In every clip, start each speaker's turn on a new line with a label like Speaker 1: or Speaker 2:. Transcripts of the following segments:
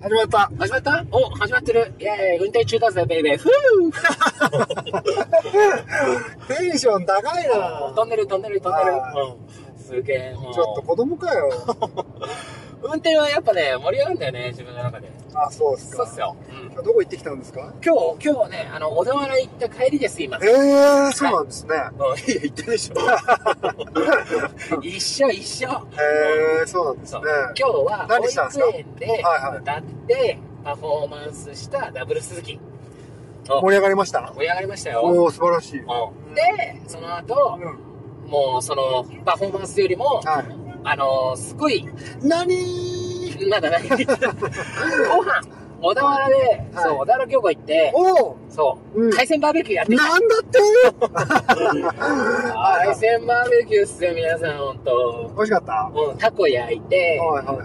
Speaker 1: 始まった。
Speaker 2: 始まったお、始まってる。イェーイ、運転中だぜ、ベイベー。ふ
Speaker 1: テンション高い
Speaker 2: ぅ
Speaker 1: な。
Speaker 2: 飛んでる、飛んでる、飛んでる
Speaker 1: あ。
Speaker 2: うん。すげえ。もう
Speaker 1: ちょっと子供か よ。
Speaker 2: 運転はやっぱね、盛り上がるんだよね、自分の中で。
Speaker 1: あ、そうっす
Speaker 2: そう
Speaker 1: か。
Speaker 2: っすよ。うん。
Speaker 1: どこ行ってきたんですか
Speaker 2: 今日、今日はね、あの、小田原行った帰りです、今。
Speaker 1: ええー、そうなんですね。
Speaker 2: うんいや、行ったでし ょ。一緒、一緒。
Speaker 1: ええー、そうなんです
Speaker 2: そ
Speaker 1: ね
Speaker 2: う。今日は保
Speaker 1: 何したんですか
Speaker 2: 育園で
Speaker 1: はいはい
Speaker 2: 歌ってパフォーマンスしたダブル鈴木
Speaker 1: 盛り上がりました
Speaker 2: 盛り上がりましたよ
Speaker 1: おお素晴らしい。
Speaker 2: うんでその後
Speaker 1: うん
Speaker 2: もうそのパフォーマンスよりも
Speaker 1: はい。
Speaker 2: あのすごい
Speaker 1: 何
Speaker 2: まだ何ご飯小田原で
Speaker 1: はい
Speaker 2: そう小田原漁港行って
Speaker 1: おお
Speaker 2: そ
Speaker 1: うん
Speaker 2: う海鮮バーベキューやってきた
Speaker 1: なんだって
Speaker 2: 海鮮バーベキューっすよ皆さん本当
Speaker 1: 美味しかったは
Speaker 2: もうタコ焼い
Speaker 1: い
Speaker 2: て
Speaker 1: はいはい。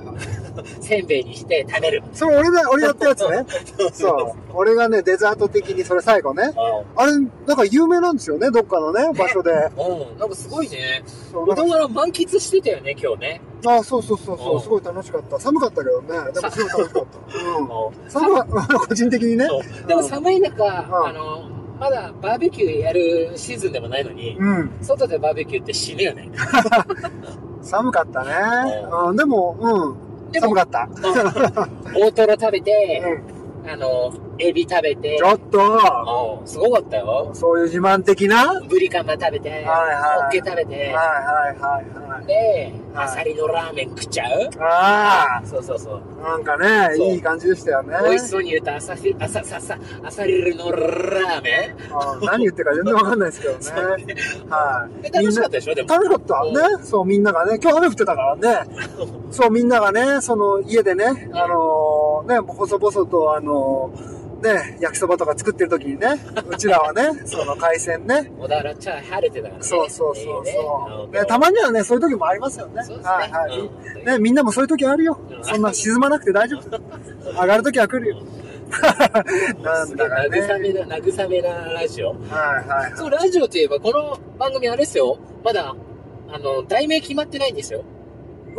Speaker 2: せんべいにして食べる
Speaker 1: それ俺だ、俺やったやつね。そう。俺がね、デザート的にそれ最後ね。あれ、なんか有名なんですよね、どっかのね、場所で。
Speaker 2: うんうんなんかすごいね
Speaker 1: そうな
Speaker 2: 小
Speaker 1: んか
Speaker 2: 田原満喫してたよね今日ね
Speaker 1: あそうそうそうそうう、
Speaker 2: ん
Speaker 1: すごい楽しかった。寒かったけどね、でもすごい楽しか った。
Speaker 2: も
Speaker 1: うん。寒 かった、 個人的にね。
Speaker 2: うでも寒い中、
Speaker 1: ん
Speaker 2: あのまだバーベキューやるシーズンでもないのに、
Speaker 1: うん。
Speaker 2: 外でバーベキューって死ぬよね
Speaker 1: 寒かったね。
Speaker 2: う
Speaker 1: うん、でも、うん。
Speaker 2: で
Speaker 1: 寒
Speaker 2: も
Speaker 1: かった。
Speaker 2: 大トロ食べて、
Speaker 1: うん
Speaker 2: あのエビ食べて
Speaker 1: ちょっと、
Speaker 2: もうすごかったよ
Speaker 1: そういう自慢的なはい
Speaker 2: ブリカマ食べて、ホ
Speaker 1: はいはい
Speaker 2: ッケ食べて、
Speaker 1: はいはいはい。
Speaker 2: で、
Speaker 1: はい
Speaker 2: アサリのラーメン食っちゃう
Speaker 1: あ
Speaker 2: そうそうそう
Speaker 1: あ、なんか
Speaker 2: そう
Speaker 1: ね、いい感じでしたよね。
Speaker 2: 美味しそうに言うとアサリアサササアサリのラーメ
Speaker 1: うん何言ってるか全然わかんないです けどね。は
Speaker 2: ン
Speaker 1: い。
Speaker 2: で楽しかったでしょでも
Speaker 1: 楽しかった。ね。そう、みんながね、今日雨降ってたからね。そう、みんながね、その家でね、あのーね、細々と、あのーね、焼きそばとか作ってる時にね、うちらはね、その海鮮ね。
Speaker 2: 小田原チャー晴れてたからね
Speaker 1: そうそうそうそ。
Speaker 2: いういね
Speaker 1: ね、たまにはね、そういう時もありますよね。
Speaker 2: そうですね
Speaker 1: はいは
Speaker 2: うん
Speaker 1: い。ね、みんなもそういう時あるよ
Speaker 2: う。ん
Speaker 1: そんな沈まなくて大丈夫。上がる時は来るよ。なんだかね。
Speaker 2: すげえ慰めな、慰めなラジオ。
Speaker 1: はいはい。
Speaker 2: そう、ラジオといえば、この番組あれですよ。まだ、あの、題名決まってないんですよ。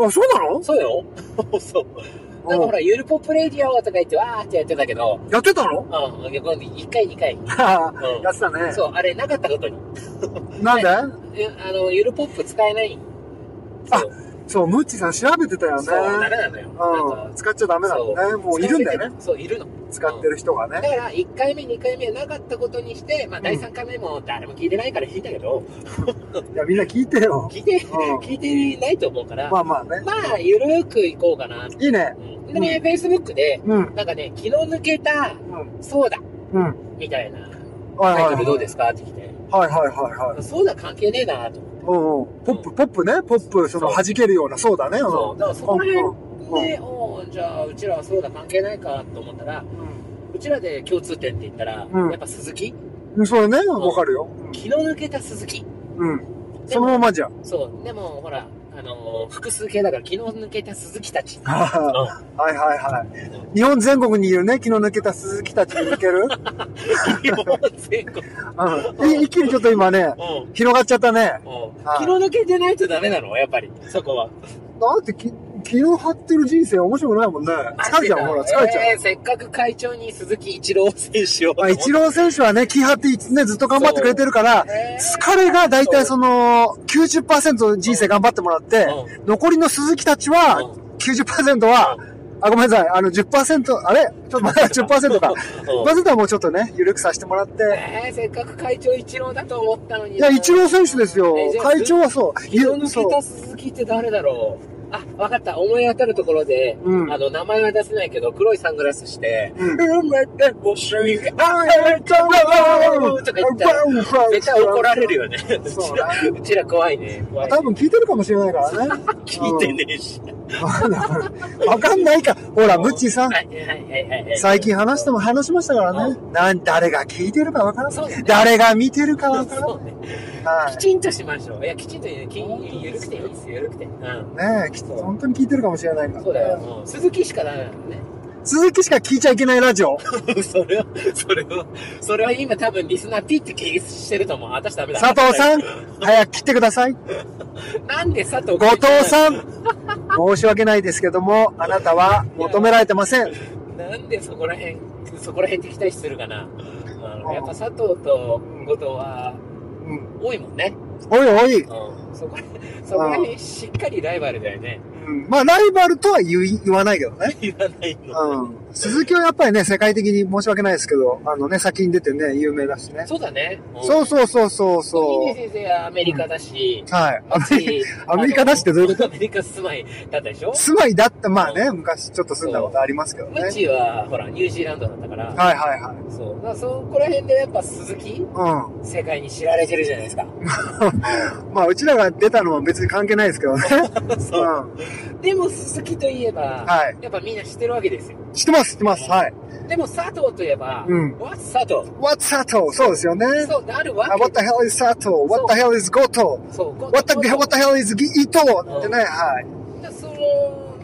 Speaker 1: あ、そうなの
Speaker 2: そうよ。 そう。なんかほら、ゆるポップレディオとか言って、わーってやってたけど、
Speaker 1: やってたの
Speaker 2: うん、逆に1回2回。
Speaker 1: やってたね。
Speaker 2: そう、あれなかったことに。
Speaker 1: なんで、
Speaker 2: えあの、ゆるポップ使えない。そう、
Speaker 1: そう、ムッチーさん調べてたよね。
Speaker 2: そう、ダメなのよ。な
Speaker 1: うんん。
Speaker 2: か
Speaker 1: 使っちゃダメなのね。もういるんだよね。。
Speaker 2: そう、いるの。
Speaker 1: 使ってる人が
Speaker 2: だ
Speaker 1: ね。
Speaker 2: から、1回目、2回目なかったことにして、まあ、第3回目も誰も聞いてないから聞いたけど、
Speaker 1: いや、みんな聞いてよ。
Speaker 2: 聞いて、
Speaker 1: うん
Speaker 2: 聞いてないと思うから、
Speaker 1: ま
Speaker 2: ま
Speaker 1: あまあね。
Speaker 2: あ、ゆるーくいこうかな。
Speaker 1: いいね。
Speaker 2: うん、でね、Facebook で、
Speaker 1: うん。
Speaker 2: なんかね、気の抜けた、
Speaker 1: うん。
Speaker 2: そうだ、
Speaker 1: うん。
Speaker 2: みたいな、
Speaker 1: はい
Speaker 2: タ
Speaker 1: はい
Speaker 2: イト
Speaker 1: は
Speaker 2: ル
Speaker 1: い。
Speaker 2: どうですかって来て、
Speaker 1: はいはいはいはい。
Speaker 2: そうだ関係ねえなと思って。
Speaker 1: うんうん。ポップ、ポップね。ポップ、その
Speaker 2: そう
Speaker 1: 弾けるような、そうだね。うん
Speaker 2: そう、だからそこら
Speaker 1: うん
Speaker 2: 辺で、おうじゃあ、うちらはそうだ関係ないかと思ったら、うちらで共通点って言ったら、
Speaker 1: うん
Speaker 2: やっぱ鈴木
Speaker 1: うん。それね、わかるよ。
Speaker 2: 気の抜けた鈴木
Speaker 1: うん。
Speaker 2: で
Speaker 1: そのま
Speaker 2: も、
Speaker 1: まじゃん。
Speaker 2: そう、でもほら、あのー複数形だから気の抜けた鈴木たち。
Speaker 1: はいはいはい。日本全国にいるね、気の抜けた鈴木たちに抜ける。う
Speaker 2: 日本 全
Speaker 1: ん。
Speaker 2: 国。
Speaker 1: い一気にちょっと今ね、
Speaker 2: うん
Speaker 1: 広がっちゃったね。はい
Speaker 2: 気の抜けてないとダメなのやっぱり、そこは。
Speaker 1: だってき、気の張ってる人生面白くないもんね。疲れちゃう、ほら、疲れちゃう。
Speaker 2: えーせっかく会長に鈴木一郎選手を。
Speaker 1: まあ、一 郎選手はね、気張っていつね、ずっと頑張ってくれてるから、
Speaker 2: ね
Speaker 1: 疲れが大体その、90%人生頑張ってもらって、残りの鈴木たちは
Speaker 2: う、
Speaker 1: 90%は、あ、ごめんなさい、あの、10%、あれちょっと待って、10%か。10%はもうちょっとね、緩くさせてもらって。
Speaker 2: えーせっかく会長一郎だと思ったのに。
Speaker 1: いや、一郎選手ですよ
Speaker 2: えーじ。ゃあ
Speaker 1: 会長はそう。
Speaker 2: 気の抜
Speaker 1: そう
Speaker 2: けた鈴木って誰だろうあ、わかった。思い当たるところで、
Speaker 1: うん
Speaker 2: あの、名前は出せないけど、黒いサングラスして、
Speaker 1: うん
Speaker 2: 埋めてほしい。
Speaker 1: あえっと
Speaker 2: とか言ったら絶対怒られるよね。う
Speaker 1: そ
Speaker 2: ち
Speaker 1: う
Speaker 2: ら、うちら怖いね。怖いね
Speaker 1: 多分聞いてるかもしれないからね。
Speaker 2: 聞いてねえし。
Speaker 1: わかんないか。ほら、ムッチーさん
Speaker 2: は。いはいはいはいはい。
Speaker 1: 最近話しても話しましたからね。なん、誰が聞いてるかわから
Speaker 2: そうだ
Speaker 1: な
Speaker 2: ね
Speaker 1: い。誰が見てるかわから
Speaker 2: そうね。
Speaker 1: な
Speaker 2: き
Speaker 1: い。
Speaker 2: ちんとしましょう。いや、きちんと言う、きゆるくていいですよ、ゆるくて。うん。
Speaker 1: はい。ねえ、き本当に聞いてるかもしれないから。
Speaker 2: そうだよ、もう。鈴木しかダメなのね。
Speaker 1: 鈴木しか聞いちゃいけないラジオ。
Speaker 2: それは、それは、それは今多分リスナーピッて気してると思う。私ダメだ。
Speaker 1: 佐藤さん、早く切ってください。
Speaker 2: んなんで佐藤
Speaker 1: 後藤
Speaker 2: ん
Speaker 1: さん、申し訳ないですけども、あなたは求められてません。
Speaker 2: なんでそこら辺、そこら辺敵対視するかな。あ
Speaker 1: あ
Speaker 2: の
Speaker 1: ー
Speaker 2: やっぱ佐藤と後藤は
Speaker 1: うん。
Speaker 2: 多いもんね。
Speaker 1: おいおい。
Speaker 2: うん。そこら、そこら辺しっかりライバルだよね。
Speaker 1: うん、まあ、ライバルとは言い言わないけどね。
Speaker 2: 言わないの。
Speaker 1: うん。鈴木はやっぱりね、世界的に申し訳ないですけど、あのね、先に出てね、有名だしね。
Speaker 2: そうだね。うん
Speaker 1: そうそうそうそうそ
Speaker 2: 峰先生はアメリカだし
Speaker 1: う。、はい。アメリ
Speaker 2: リ
Speaker 1: アメリカだしってどういう
Speaker 2: ことアメリカ住まいだったでしょ
Speaker 1: カ、住まいだった、まあね、昔ちょっと住んだことありますけどね。
Speaker 2: ム
Speaker 1: は
Speaker 2: ッ
Speaker 1: い
Speaker 2: チーは、ほら、ニュージーランドだったから、
Speaker 1: はいはい。
Speaker 2: そう。だからそこら辺でやっぱ鈴木、
Speaker 1: う
Speaker 2: 世界に知られてるじゃないですか。
Speaker 1: ん。まあ、うちらが出たのは別に関係ないですけどね。う
Speaker 2: そ
Speaker 1: ん。
Speaker 2: う。でも鈴木といえば、
Speaker 1: はい。
Speaker 2: やっぱみんな知ってるわけですよ。
Speaker 1: 知ってます、知ってます。はい。
Speaker 2: でも佐藤といえば、
Speaker 1: うん
Speaker 2: わ佐藤。
Speaker 1: What's Sato? そうですよね。
Speaker 2: そう、なるわ
Speaker 1: あ
Speaker 2: け
Speaker 1: What the hell is Sato? What the hell is Goto?
Speaker 2: そう、こ
Speaker 1: What the, what the hell is 伊藤ってね、はい。
Speaker 2: その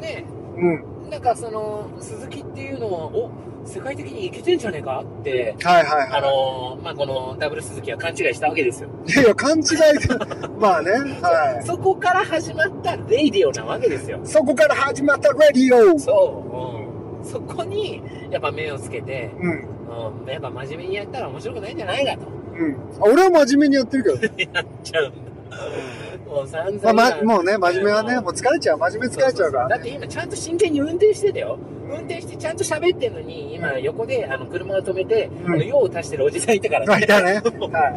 Speaker 2: ね、
Speaker 1: うん。
Speaker 2: なんかその、鈴木っていうのを、お、世界的にいけてんじゃねえかって、
Speaker 1: はいはい
Speaker 2: あ
Speaker 1: は
Speaker 2: のーまあ、このダブル鈴木は勘違いしたわけですよ。
Speaker 1: い。いやいや、勘違いが、 まあね、は
Speaker 2: そこから始まったレイディオなわけですよ
Speaker 1: い。。そこから始まったレディオ
Speaker 2: そう。うん、そこに、やっぱ目をつけて、
Speaker 1: うん。
Speaker 2: うん、やっぱ真面目にやったら面白くないんじゃないかと。
Speaker 1: うん。俺は真面目にやってるけどね。
Speaker 2: やっちゃうんだ。もう散
Speaker 1: まあ、
Speaker 2: 々。
Speaker 1: ま、もうね、真面目はね、もう疲れちゃう。真面目疲れちゃうか
Speaker 2: だ
Speaker 1: ら
Speaker 2: っ
Speaker 1: ね。
Speaker 2: て今ちゃんと真剣に運転してたよ。運転してちゃんと喋ってんのに、今横であの車を止めて、
Speaker 1: ん
Speaker 2: あの用を足してるおじさんいたから
Speaker 1: あ、いたね。はい。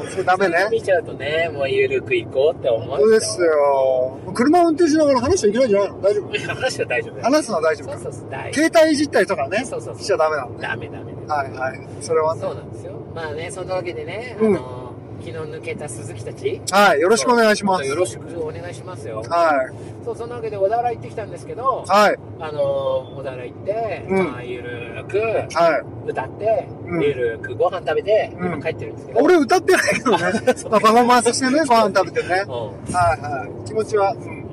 Speaker 1: それダメね
Speaker 2: そういうの。見ちゃうとね、もうゆるく行こうって思う。
Speaker 1: そうです。よ。車運転しながら話しちゃいけないんじゃないの大丈夫
Speaker 2: 話は大丈夫だよ。
Speaker 1: 話すのは大丈夫
Speaker 2: そうそうそう、大丈
Speaker 1: 携帯いじったりとかね、
Speaker 2: 夫。そうそう
Speaker 1: しち
Speaker 2: そ
Speaker 1: ゃ
Speaker 2: う。
Speaker 1: ダメなのね。
Speaker 2: ダメダメ。
Speaker 1: はいはい。それはね。
Speaker 2: そうなんですよ。まあね、そんなわけでね、あ
Speaker 1: うん
Speaker 2: の、気の抜けた鈴木たち。よ
Speaker 1: はい。よろしくお願いします。
Speaker 2: よろしくお願いしますよ。
Speaker 1: はい。
Speaker 2: そう、そんなわけで小田原行ってきたんですけど、
Speaker 1: はい。
Speaker 2: あの、小田原行って、
Speaker 1: うん
Speaker 2: まあ、ゆるーく
Speaker 1: はい。
Speaker 2: 歌って、
Speaker 1: うん
Speaker 2: ゆるーくご飯食べて、
Speaker 1: うん
Speaker 2: 今帰ってるんですけど。
Speaker 1: 俺歌ってないけどね。まあ、パフォーマンスしてね、ご飯食べてね。はい
Speaker 2: うん
Speaker 1: はい。気持ちは。うん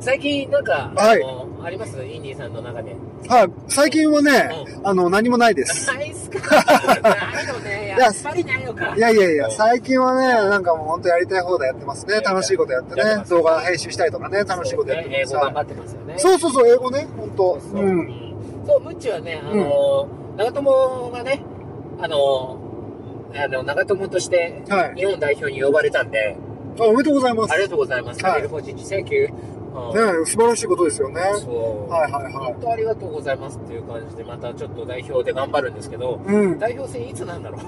Speaker 2: 最近なんか、
Speaker 1: はい
Speaker 2: あのありますインディーさんの中で。
Speaker 1: はい。最近はね、あの、何もないです。
Speaker 2: ないっ すかないのね。やっぱりないのか。
Speaker 1: いやいやいや、最近はね、なんかもう本当やりたい放題やってますね。楽しいことやって
Speaker 2: やってま
Speaker 1: ね。
Speaker 2: す
Speaker 1: 動画編集したりとかね、楽しいことやっ
Speaker 2: そう
Speaker 1: て
Speaker 2: ね英
Speaker 1: ます
Speaker 2: 語。頑張ってますよね。
Speaker 1: そうそうそう、英語ね、本当。
Speaker 2: そうそう。
Speaker 1: う。
Speaker 2: うんんそう、ムッチはね、あの、長友がね、あの、あの長友として
Speaker 1: はい。
Speaker 2: 日本代表に呼ばれたんで、
Speaker 1: あおめでとうございます。
Speaker 2: あ
Speaker 1: ね
Speaker 2: りがとうございます。
Speaker 1: はい
Speaker 2: カリルポジチ、センキュー。うん
Speaker 1: 素晴らしいことですよね。はい
Speaker 2: そう。
Speaker 1: はいはい
Speaker 2: 本。当ありがとうございますっていう感じで、またちょっと代表で頑張るんですけど、
Speaker 1: うん。
Speaker 2: 代表戦いつなんだろう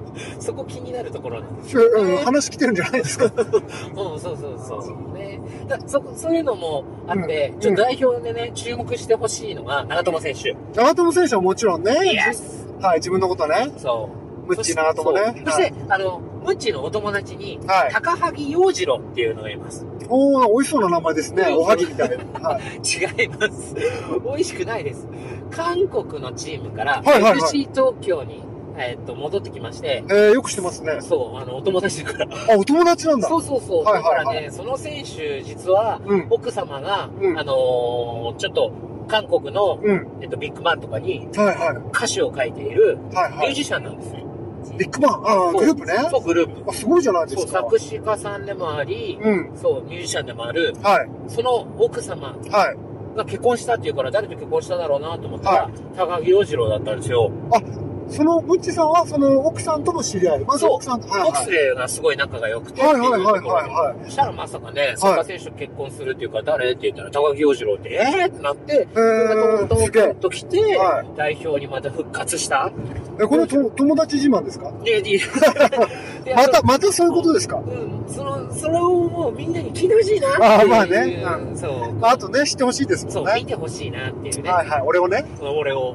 Speaker 2: そこ気になるところなんです。
Speaker 1: ちょうん話来てるんじゃないですか。
Speaker 2: うん、そうそうそう。ね。だそこ、そういうのもあって、
Speaker 1: うん
Speaker 2: ちょっと代表でね、注目してほしいのが、長友選手。
Speaker 1: 長友選手はもちろんね、
Speaker 2: イエス
Speaker 1: はい、自分のことね、
Speaker 2: そ
Speaker 1: ム
Speaker 2: う。
Speaker 1: ッチー長友
Speaker 2: そ
Speaker 1: ね
Speaker 2: う。そして、あの、ムッチーのお友達に、
Speaker 1: はいはい。
Speaker 2: 高萩洋次郎っていうのがいます。
Speaker 1: おー、美味しそうな名前ですね。
Speaker 2: うん
Speaker 1: おはぎみたいな。はい。
Speaker 2: 違います。美味しくないです。韓国のチームから、
Speaker 1: はいはいはい
Speaker 2: FC 東京に、えーっと、戻ってきまして、
Speaker 1: えー、よくしてますね。
Speaker 2: そう、あの、お友達だから。
Speaker 1: あ、お友達なんだ。
Speaker 2: そうそうそう。
Speaker 1: はいはいはい
Speaker 2: だからね、その選手、実は、
Speaker 1: うん。
Speaker 2: 奥様が、
Speaker 1: うん
Speaker 2: あのーちょっと、韓国の、
Speaker 1: うん。
Speaker 2: えっと、ビッグマンとかに
Speaker 1: はいはい。
Speaker 2: 歌詞を書いている
Speaker 1: はい
Speaker 2: ミ
Speaker 1: は
Speaker 2: ュー
Speaker 1: い。
Speaker 2: ジシャンなんですね。
Speaker 1: ビッグマン、あー
Speaker 2: そう
Speaker 1: グループね。
Speaker 2: そう、グループ。
Speaker 1: あ、すごいじゃないで
Speaker 2: そう、
Speaker 1: すか。
Speaker 2: 作詞家さんでもあり、
Speaker 1: うん。
Speaker 2: そう、ミュージシャンでもある、
Speaker 1: はい。
Speaker 2: その奥様
Speaker 1: はい。
Speaker 2: が結婚したっていうから、誰と結婚しただろうなと思ったら、高木洋次郎だったんですよ。
Speaker 1: その、ムッチーさんは、その、奥さんとも知り合い。まず
Speaker 2: そう
Speaker 1: 奥さんと。はい
Speaker 2: オク
Speaker 1: は
Speaker 2: ス
Speaker 1: い。
Speaker 2: レーがすごい仲が良くてって
Speaker 1: はいいは
Speaker 2: うと
Speaker 1: い
Speaker 2: ころで、
Speaker 1: はいはいはい。
Speaker 2: そしたらまさかね、サッカー選手と結婚するっていうから、誰って言ったら、高木洋次郎って、えーってなって、
Speaker 1: えー、
Speaker 2: 東
Speaker 1: すげ
Speaker 2: 京
Speaker 1: え。
Speaker 2: と来て、
Speaker 1: は
Speaker 2: 代表にまた復活した。
Speaker 1: え、このと友達自慢ですか
Speaker 2: で、でで
Speaker 1: また、またそういうことですか
Speaker 2: あのうん、その、それをもうみんなに聞いてほしいなっていう。
Speaker 1: あーまあねう
Speaker 2: そう。
Speaker 1: あとね、知ってほしいです
Speaker 2: そ
Speaker 1: もん
Speaker 2: う、見
Speaker 1: ね。
Speaker 2: てほしいなっていうね。
Speaker 1: はいはい。俺をね。
Speaker 2: 俺を、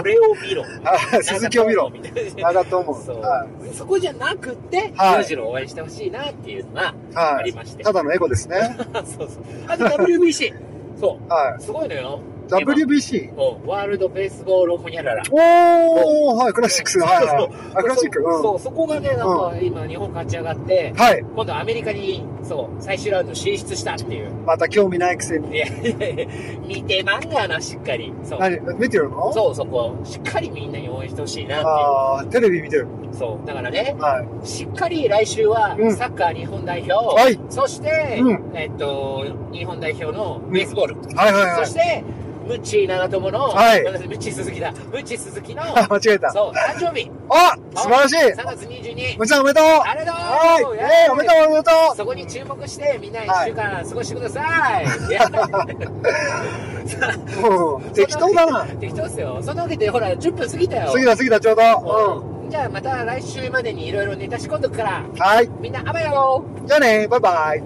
Speaker 2: 俺を見ろ。
Speaker 1: はい 鈴木を見ろ。
Speaker 2: みたいな。
Speaker 1: あだと思う。
Speaker 2: そう、
Speaker 1: は
Speaker 2: そこじゃなくて、
Speaker 1: はい
Speaker 2: むしろ応援してほしいなっていうのが
Speaker 1: い。
Speaker 2: あ
Speaker 1: は
Speaker 2: り
Speaker 1: い。
Speaker 2: まして。
Speaker 1: ただのエゴですね。
Speaker 2: そうそう。あと WBC。そ
Speaker 1: は
Speaker 2: う。すごいのよ。
Speaker 1: い。
Speaker 2: 今
Speaker 1: WBC。
Speaker 2: うんワールドベースボールホニャララ。
Speaker 1: おー、はい、クラシックス。はいはい
Speaker 2: そ。
Speaker 1: あ、クラシック。
Speaker 2: そう
Speaker 1: う
Speaker 2: そう、そこがね、なんか今日本勝ち上がって
Speaker 1: ん。、はい。
Speaker 2: 今度アメリカに、そう、最終ラウンド進出したっていう。
Speaker 1: また興味ないくせに。
Speaker 2: いやいやいや、見てまんがな、しっかり。そう。
Speaker 1: 何見てるの
Speaker 2: そう、そこ、しっかりみんなに応援してほしいなっ
Speaker 1: あー、テレビ見てる。
Speaker 2: ていう。そう。だからね、
Speaker 1: はい。
Speaker 2: しっかり来週は
Speaker 1: うん、
Speaker 2: サッカー日本代表、
Speaker 1: はい。
Speaker 2: そして、
Speaker 1: う
Speaker 2: えっと、日本代表のベースボール、
Speaker 1: はいはいは
Speaker 2: そし
Speaker 1: い。
Speaker 2: て、ムッチー長友の、
Speaker 1: はい
Speaker 2: ごめんなさムッチー鈴木 だ。ムッチー鈴木の、
Speaker 1: あ、間違えた。
Speaker 2: そう、誕生日。
Speaker 1: あ 素晴らし
Speaker 2: 3
Speaker 1: い
Speaker 2: 月22。
Speaker 1: むちゃんおめでとう
Speaker 2: ありがとう
Speaker 1: はい
Speaker 2: イエーイ
Speaker 1: えーおめでとうおめでとう
Speaker 2: そこに注目して、みんな1週間過ごしてくだ さい。いや
Speaker 1: うん、適当だな。
Speaker 2: 適当ですよ。そんなわけで、ほら、10分過ぎたよ。
Speaker 1: 次だ次だちょうど。う
Speaker 2: うん。じゃあ、また来週までにいろいろネタ仕込んどくから、
Speaker 1: ん。はい。
Speaker 2: みんな、あばよ
Speaker 1: じゃあね、バイバイ。